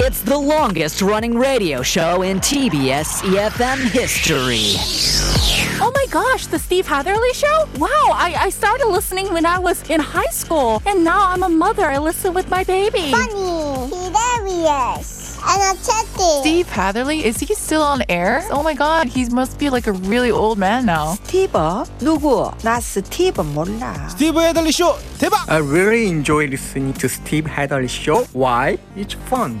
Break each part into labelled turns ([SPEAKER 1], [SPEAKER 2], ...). [SPEAKER 1] It's the longest running radio show in TBS EFM E history.
[SPEAKER 2] Oh my gosh, the Steve Hatherley show? Wow, I, I started listening when I was in high school, and now I'm a mother. I listen with my baby.
[SPEAKER 3] funny, hilarious, energetic.
[SPEAKER 4] Steve Hatherley, is he still on air? Oh my god, he must be like a really old man now.
[SPEAKER 5] 스티브? 누구? 나 스티브 몰라.
[SPEAKER 6] 스티브 헤들리 쇼 대박!
[SPEAKER 7] I really enjoy listening to Steve Hadley show. Why? It's fun,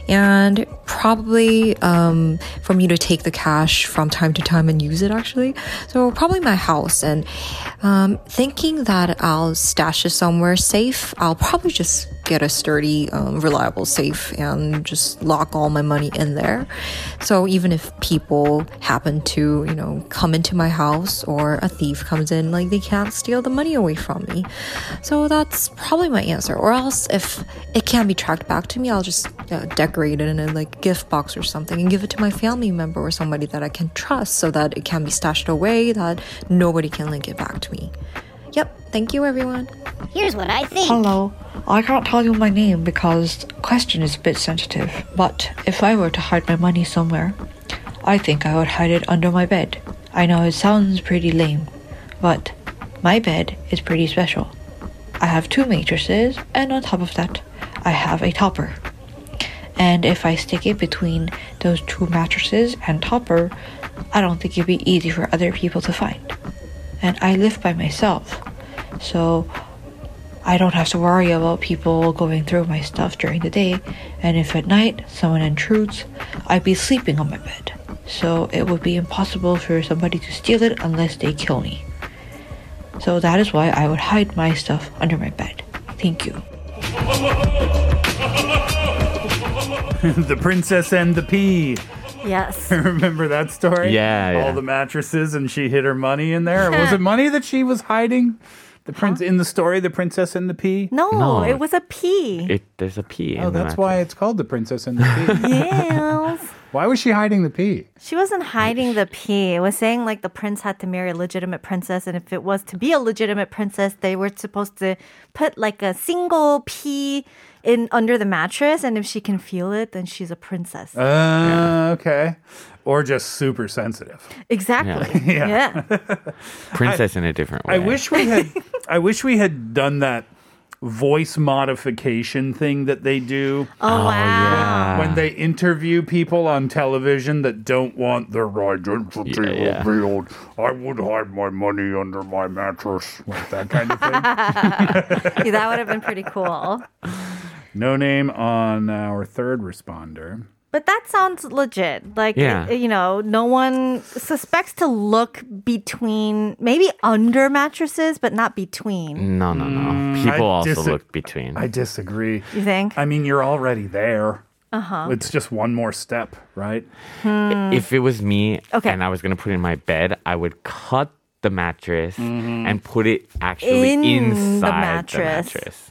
[SPEAKER 8] And probably um, for me to take the cash from time to time and use it actually. So probably my house and um, thinking that I'll stash it somewhere safe. I'll probably just get a sturdy, um, reliable safe and just lock all my money in there. So even if people happen to you know come into my house or a thief comes in, like they can't steal the money away from me. So that's probably my answer. Or else if it can be tracked back to me, I'll just uh, decorate it in a like gift box or something and give it to my family member or somebody that I can trust so that it can be stashed away that nobody can link it back to me. Yep, thank you everyone.
[SPEAKER 3] Here's what I think.
[SPEAKER 5] Hello. I can't tell you my name because question is a bit sensitive. But if I were to hide my money somewhere, I think I would hide it under my bed. I know it sounds pretty lame, but my bed is pretty special. I have two matrices, and on top of that, I have a topper. And if I stick it between those two mattresses and topper, I don't think it'd be easy for other people to find. And I live by myself, so I don't have to worry about people going through my stuff during the day, and if at night someone intrudes, I'd be sleeping on my bed. So it would be impossible for somebody to steal it unless they kill me. So that is why I would hide my stuff under my bed. Thank you.
[SPEAKER 9] the Princess and the Pea.
[SPEAKER 2] Yes.
[SPEAKER 9] Remember that story?
[SPEAKER 10] Yeah, yeah.
[SPEAKER 9] All the mattresses, and she hid her money in there. was it money that she was hiding? The prince in the story, the princess and the pea.
[SPEAKER 2] No,
[SPEAKER 10] No.
[SPEAKER 2] it was a pea.
[SPEAKER 10] It there's a P. in
[SPEAKER 9] Oh,
[SPEAKER 10] the
[SPEAKER 9] that's
[SPEAKER 10] mattress.
[SPEAKER 9] why it's called the princess and the pea.
[SPEAKER 11] Yes.
[SPEAKER 9] Why was she hiding the pea?
[SPEAKER 11] She wasn't hiding the pea. It was saying like the prince had to marry a legitimate princess, and if it was to be a legitimate princess, they were supposed to put like a single pea in under the mattress, and if she can feel it, then she's a princess.
[SPEAKER 9] Uh, okay. Or just super sensitive.
[SPEAKER 11] Exactly.
[SPEAKER 9] Yeah.
[SPEAKER 11] Yeah.
[SPEAKER 10] Princess in a different way.
[SPEAKER 9] I wish we had. I wish we had done that voice modification thing that they do.
[SPEAKER 11] Oh, wow. yeah.
[SPEAKER 9] When they interview people on television that don't want their identity
[SPEAKER 10] Yeah, yeah.
[SPEAKER 9] revealed, I would hide my money under my mattress. Like that kind of thing.
[SPEAKER 11] Yeah, that would have been pretty cool.
[SPEAKER 9] no name on our third responder.
[SPEAKER 11] But that sounds legit. Like,
[SPEAKER 9] Yeah.
[SPEAKER 11] it- you know, no one suspects to look between, maybe under mattresses, but not between.
[SPEAKER 10] No, no, no.
[SPEAKER 9] Mm,
[SPEAKER 10] People
[SPEAKER 9] I
[SPEAKER 10] also
[SPEAKER 9] disa-
[SPEAKER 10] look between.
[SPEAKER 9] I disagree.
[SPEAKER 11] You think?
[SPEAKER 9] I mean, you're already there.
[SPEAKER 11] Uh huh.
[SPEAKER 9] It's just one more step, right?
[SPEAKER 11] Hmm.
[SPEAKER 10] if it was me
[SPEAKER 11] Okay.
[SPEAKER 10] and I was gonna put it in my bed, I would cut the mattress and put it actually
[SPEAKER 9] In the
[SPEAKER 10] inside the
[SPEAKER 9] mattress.
[SPEAKER 10] mattress.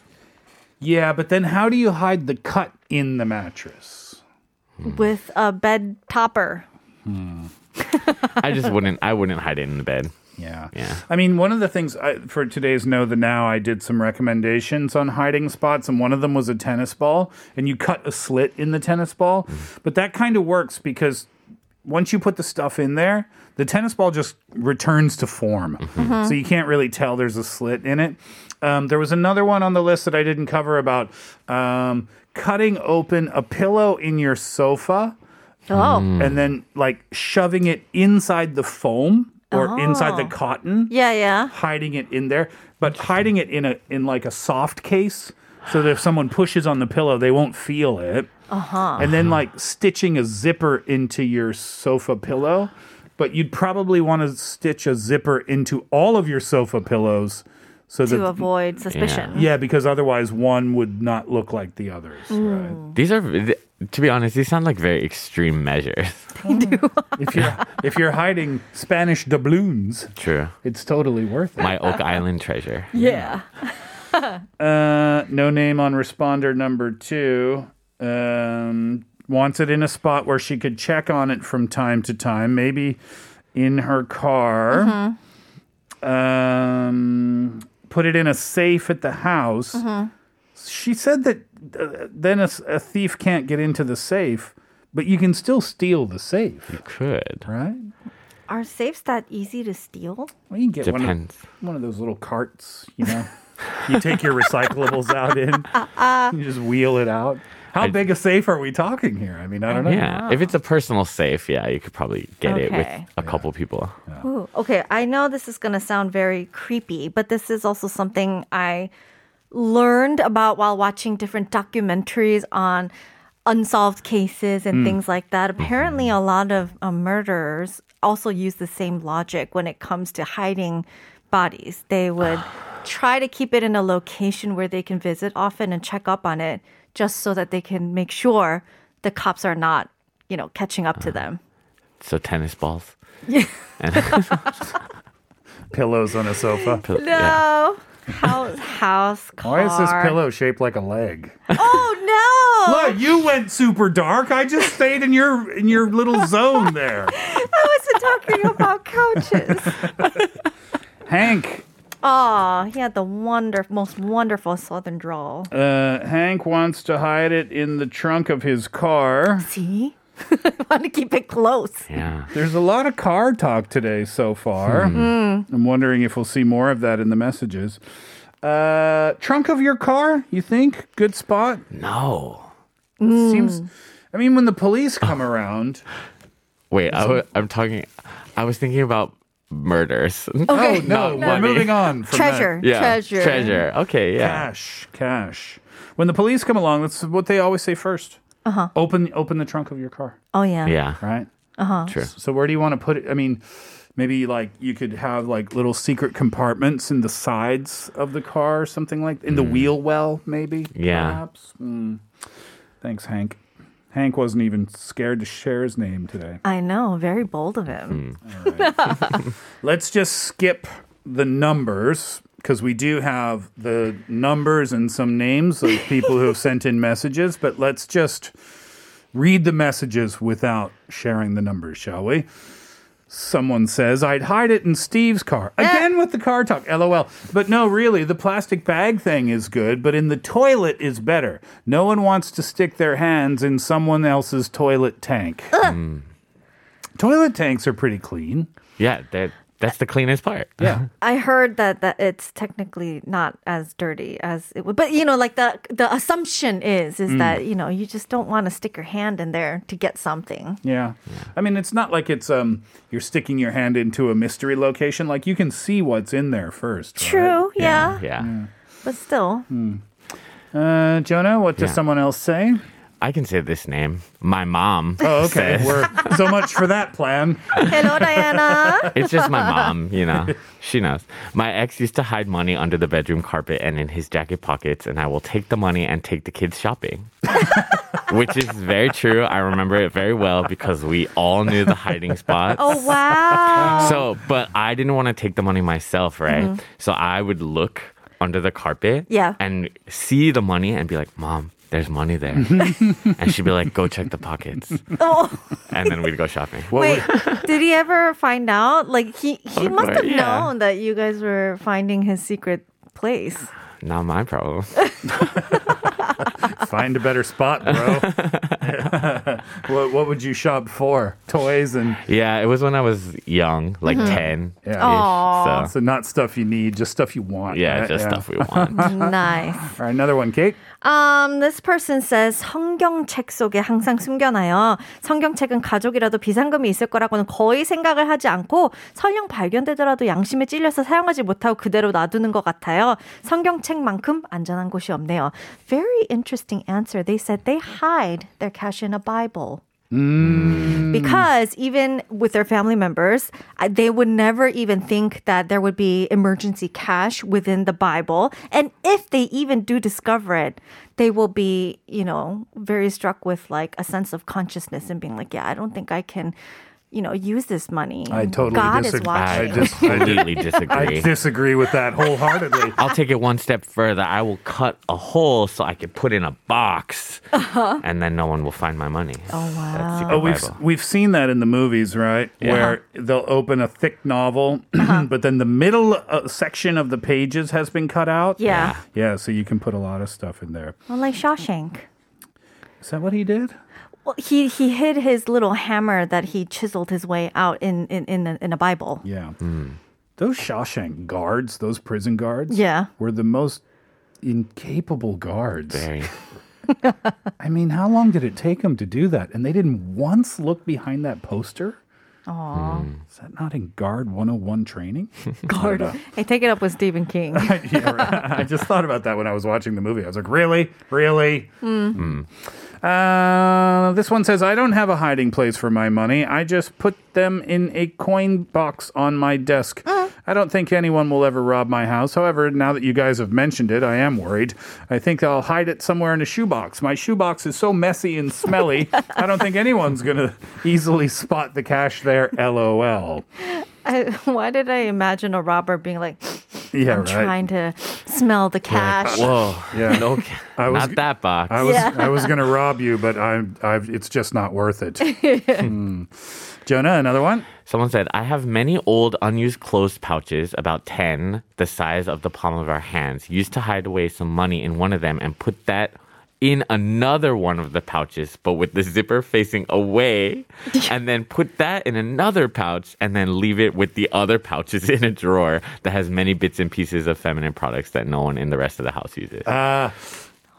[SPEAKER 9] Yeah, but then how do you hide the cut in the mattress?
[SPEAKER 11] With a bed topper.
[SPEAKER 10] I just wouldn't. I wouldn't hide it in the bed.
[SPEAKER 9] Yeah.
[SPEAKER 10] Yeah.
[SPEAKER 9] I mean, one of the things I, for today's Know the Now, I did some recommendations on hiding spots, and one of them was a tennis ball, and you cut a slit in the tennis ball.
[SPEAKER 10] Mm.
[SPEAKER 9] But that kind of works because once you put the stuff in there, the tennis ball just returns to form.
[SPEAKER 10] Mm-hmm.
[SPEAKER 6] Mhm.
[SPEAKER 9] So you can't really tell there's a slit in it. Um, there was another one on the list that I didn't cover about um, cutting open a pillow in your sofa.
[SPEAKER 11] Oh. Mm.
[SPEAKER 9] And then like shoving it inside the foam or inside the
[SPEAKER 11] Oh.
[SPEAKER 9] cotton
[SPEAKER 11] Yeah, yeah.
[SPEAKER 9] hiding it in there, but hiding it in a in like a soft case so that if someone pushes on the pillow, they won't feel it.
[SPEAKER 11] Uh huh.
[SPEAKER 9] And then like stitching a zipper into your sofa pillow, but you'd probably want to stitch a zipper into all of your sofa pillows so
[SPEAKER 11] to
[SPEAKER 9] that
[SPEAKER 11] avoid suspicion.
[SPEAKER 9] Yeah, because otherwise one would not look like the others. Mm.
[SPEAKER 10] These are, th- to be honest, these sound like very extreme measures.
[SPEAKER 9] if you're if you're hiding Spanish doubloons,
[SPEAKER 10] True.
[SPEAKER 9] it's totally worth it.
[SPEAKER 10] My Oak Island treasure.
[SPEAKER 11] Yeah.
[SPEAKER 9] Uh, no name on responder number two. Um, wants it in a spot where she could check on it from time to time, maybe in her car. Um, put it in a safe at the house. She said that uh, then a, s- a thief can't get into the safe, but you can still steal the safe. You
[SPEAKER 10] could,
[SPEAKER 9] right?
[SPEAKER 11] Are safes that easy to steal?
[SPEAKER 9] Well, you can get
[SPEAKER 10] Depends.
[SPEAKER 9] One, of, one of those little carts, you know. you take your recyclables out in, you just wheel it out. How big a safe are we talking here? I mean, I don't know.
[SPEAKER 10] Yeah. If it's a personal safe, yeah, you could probably get it with
[SPEAKER 11] Okay.
[SPEAKER 10] a couple people.
[SPEAKER 11] Ooh, okay, I know this is going to sound very creepy, but this is also something I learned about while watching different documentaries on unsolved cases and
[SPEAKER 12] Mm.
[SPEAKER 10] Hmm.
[SPEAKER 11] things like that. Apparently,
[SPEAKER 9] Mm-hmm.
[SPEAKER 11] a lot of uh, murderers also use the same logic when it comes to hiding bodies. They would try to keep it in a location where they can visit often and check up on it just so that they can make sure the cops are not, you know, catching up to them.
[SPEAKER 10] So tennis balls.
[SPEAKER 11] Yeah.
[SPEAKER 9] Pillows on a sofa.
[SPEAKER 11] No. House, house, car.
[SPEAKER 9] Why is this pillow shaped like a leg?
[SPEAKER 11] Oh no!
[SPEAKER 9] Look, you went super dark. I just stayed in your in your little zone there.
[SPEAKER 11] I wasn't talking about couches.
[SPEAKER 9] Hank,
[SPEAKER 11] Oh, he had the wonder, most wonderful southern drawl.
[SPEAKER 9] uh, Hank wants to hide it in the trunk of his car.
[SPEAKER 11] See, I want to keep it close.
[SPEAKER 10] Yeah.
[SPEAKER 9] There's a lot of car talk today so far.
[SPEAKER 11] Hmm.
[SPEAKER 9] I'm wondering if we'll see more of that in the messages. Uh, trunk of your car, you think? Good spot?
[SPEAKER 10] No. Oh.
[SPEAKER 9] Seems. I mean, when the police come around.
[SPEAKER 10] Wait, I w- I'm talking. I was thinking about murders.
[SPEAKER 9] Okay. Oh, no, we're moving on from that. Treasure,
[SPEAKER 10] Yeah,
[SPEAKER 9] treasure.
[SPEAKER 10] Treasure. Okay. Yeah.
[SPEAKER 9] Cash, cash. When the police come along, that's what they always say first.
[SPEAKER 11] Uh huh.
[SPEAKER 9] Open, open the trunk of your car.
[SPEAKER 11] Oh yeah.
[SPEAKER 9] Right.
[SPEAKER 11] Uh huh.
[SPEAKER 9] So where do you want to put it? I mean, maybe like you could have like little secret compartments in the sides of the car, or something like in the wheel well, maybe.
[SPEAKER 10] Mm. Yeah.
[SPEAKER 9] Perhaps. Mm. Thanks, Hank. Hank wasn't even scared to share his name today.
[SPEAKER 11] I know, very bold of
[SPEAKER 10] Hmm.
[SPEAKER 11] him.
[SPEAKER 9] Let's just skip the numbers because we do have the numbers and some names of people who have sent in messages, but let's just read the messages without sharing the numbers, shall we? Someone says, I'd hide it in Steve's car. Again with the car talk, lol. But no, really, the plastic bag thing is good, but in the toilet is better. No one wants to stick their hands in someone else's toilet tank. Hmm. Toilet tanks are pretty clean.
[SPEAKER 10] Yeah, that that's the cleanest part.
[SPEAKER 9] Yeah.
[SPEAKER 11] I heard that, that it's technically not as dirty as it would, but you know, like the the assumption is is
[SPEAKER 9] Mm.
[SPEAKER 11] that you know you just don't want to stick your hand in there to get something.
[SPEAKER 9] Yeah. I mean, it's not like it's um you're sticking your hand into a mystery location. Like you can see what's in there first. right?
[SPEAKER 11] True, yeah,
[SPEAKER 10] Yeah.
[SPEAKER 11] but still,
[SPEAKER 9] Hmm. Uh, Jonah, what does
[SPEAKER 10] Yeah.
[SPEAKER 9] someone else say?
[SPEAKER 10] I can say this name. My mom.
[SPEAKER 9] Oh, okay.
[SPEAKER 10] says-
[SPEAKER 9] We're so much for that plan.
[SPEAKER 11] hello Diana.
[SPEAKER 10] It's just my mom, you know. She knows. My ex used to hide money under the bedroom carpet and in his jacket pockets, and I will take the money and take the kids shopping. Which is very true. I remember it very well because we all knew the hiding spots.
[SPEAKER 11] Oh wow.
[SPEAKER 10] So, but I didn't want to take the money myself, right?
[SPEAKER 11] Mhm.
[SPEAKER 10] So I would look under the carpet
[SPEAKER 11] Yeah.
[SPEAKER 10] and see the money and be like, Mom, there's money there. and she'd be like, Go check the pockets.
[SPEAKER 11] Oh.
[SPEAKER 10] And then we'd go shopping. What
[SPEAKER 11] Wait, did he ever find out? Like he he
[SPEAKER 10] Of
[SPEAKER 11] must have
[SPEAKER 10] course, Oh, yeah.
[SPEAKER 11] known that you guys were finding his secret place.
[SPEAKER 10] would- Not my problem.
[SPEAKER 9] Find a better spot, bro. what, what would you shop for? Toys and.
[SPEAKER 10] Yeah, it was when I was young, like
[SPEAKER 11] Mm-hmm.
[SPEAKER 10] 10.
[SPEAKER 9] Mhm. Yeah.
[SPEAKER 10] Aw.
[SPEAKER 9] So. not stuff you need, just stuff you want.
[SPEAKER 10] Yeah,
[SPEAKER 9] right?
[SPEAKER 10] just stuff we want.
[SPEAKER 11] nice.
[SPEAKER 9] All right, another one, Kate.
[SPEAKER 11] Um, this person says 성경책 속에 항상 숨겨놔요. 성경책은 가족이라도 비상금이 있을 거라고는 거의 생각을 하지 않고 설령 발견되더라도 양심에 찔려서 사용하지 못하고 그대로 놔두는 것 같아요. 성경책만큼 안전한 곳이 없네요. Very interesting answer. They said they hide their cash in a Bible. Because even with their family members, I- they would never even think that there would be emergency cash within the Bible. And if they even do discover it, they will be, you know, very struck with like a sense of consciousness and being like, yeah, I don't think I can, you know, use this money.
[SPEAKER 9] I totally
[SPEAKER 11] God
[SPEAKER 9] disagree.
[SPEAKER 11] is watching.
[SPEAKER 10] I just completely
[SPEAKER 9] I
[SPEAKER 10] disagree.
[SPEAKER 9] disagree with that wholeheartedly.
[SPEAKER 10] I'll take it one step further. I will cut a hole so I can put in a box,
[SPEAKER 11] Uh-huh.
[SPEAKER 10] and then no one will find my money. Oh wow!
[SPEAKER 9] Oh, we've we've seen that in the movies, right?
[SPEAKER 10] Yeah.
[SPEAKER 9] Where they'll open a thick novel,
[SPEAKER 11] Uh-huh.
[SPEAKER 9] but then the middle uh, section of the pages has been cut out.
[SPEAKER 11] Yeah.
[SPEAKER 9] yeah. So you can put a lot of stuff in there.
[SPEAKER 11] Well, like Shawshank.
[SPEAKER 9] Is that what he did?
[SPEAKER 11] Well, he, he hid his little hammer that he chiseled his way out in, in, in, a, in a Bible.
[SPEAKER 9] Yeah.
[SPEAKER 10] Hmm.
[SPEAKER 9] Those Shawshank guards, those prison guards,
[SPEAKER 11] Yeah.
[SPEAKER 9] were the most incapable guards.
[SPEAKER 10] Very.
[SPEAKER 9] I mean, how long did it take them to do that? And they didn't once look behind that poster.
[SPEAKER 11] Aww.
[SPEAKER 9] Is that not in Guard 101 training?
[SPEAKER 11] Guard.
[SPEAKER 9] I don't know.
[SPEAKER 11] Hey, take it up with Stephen King.
[SPEAKER 9] Yeah, right. I just thought about that when I was watching the movie. I was like, really? Really? Hmm.
[SPEAKER 11] Mm.
[SPEAKER 9] Uh, this one says, I don't have a hiding place for my money. I just put them in a coin box on my desk. I don't think anyone will ever rob my house. However, now that you guys have mentioned it, I am worried. I think I'll hide it somewhere in a shoebox. My shoebox is so messy and smelly, I don't think anyone's going to easily spot the cash there. LOL.
[SPEAKER 11] I, why did I imagine a robber being like,
[SPEAKER 9] Yeah,
[SPEAKER 11] I'm
[SPEAKER 9] right.
[SPEAKER 11] trying to smell the cash?
[SPEAKER 10] Whoa!
[SPEAKER 9] Yeah.
[SPEAKER 10] no,
[SPEAKER 9] I was-
[SPEAKER 10] not that box.
[SPEAKER 9] I was
[SPEAKER 11] Yeah.
[SPEAKER 9] I was going to rob you, but I'm I've it's just not worth it. Hmm. Jonah, another one.
[SPEAKER 10] Someone said, I have many old unused clothes pouches, about 10, the size of the palm of our hands, used to hide away some money in one of them and put that in another one of the pouches, but with the zipper facing away, and then put that in another pouch and then leave it with the other pouches in a drawer that has many bits and pieces of feminine products that no one in the rest of the house uses.
[SPEAKER 9] Uh,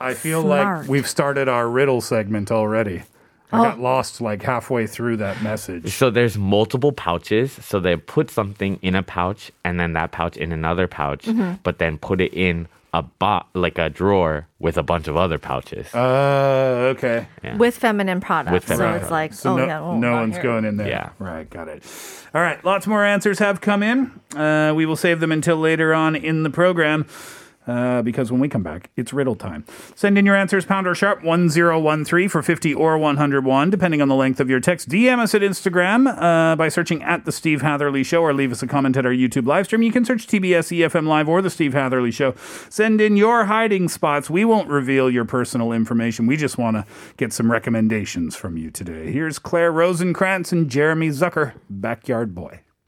[SPEAKER 9] I feel
[SPEAKER 10] Smart.
[SPEAKER 9] like we've started our riddle segment already. I
[SPEAKER 10] Oh.
[SPEAKER 9] got lost like halfway through that message.
[SPEAKER 10] So there's multiple pouches. So they put something in a pouch and then that pouch in another pouch,
[SPEAKER 9] Mhm.
[SPEAKER 10] but then put it in a bo- like a drawer with a bunch of other pouches.
[SPEAKER 9] Uh, okay.
[SPEAKER 11] With feminine products.
[SPEAKER 10] With
[SPEAKER 11] so
[SPEAKER 10] feminine
[SPEAKER 11] it's like,
[SPEAKER 9] So
[SPEAKER 11] oh,
[SPEAKER 9] no,
[SPEAKER 11] yeah, well,
[SPEAKER 9] no
[SPEAKER 11] not
[SPEAKER 9] one's
[SPEAKER 11] here.
[SPEAKER 9] going in there.
[SPEAKER 10] Yeah.
[SPEAKER 9] Right, got it. All right, lots more answers have come in. Uh, we will save them until later on in the program. uh, because when we come back, it's riddle time. Send in your answers, pound or sharp 1013 for 50 or 101, depending on the length of your text. DM us at Instagram uh, by searching at The Steve Hatherley Show or leave us a comment at our YouTube live stream. You can search TBS EFM E Live or The Steve Hatherley Show. Send in your hiding spots. We won't reveal your personal information. We just want to get some recommendations from you today. Here's Claire Rosenkrantz and Jeremy Zucker, Backyard Boy.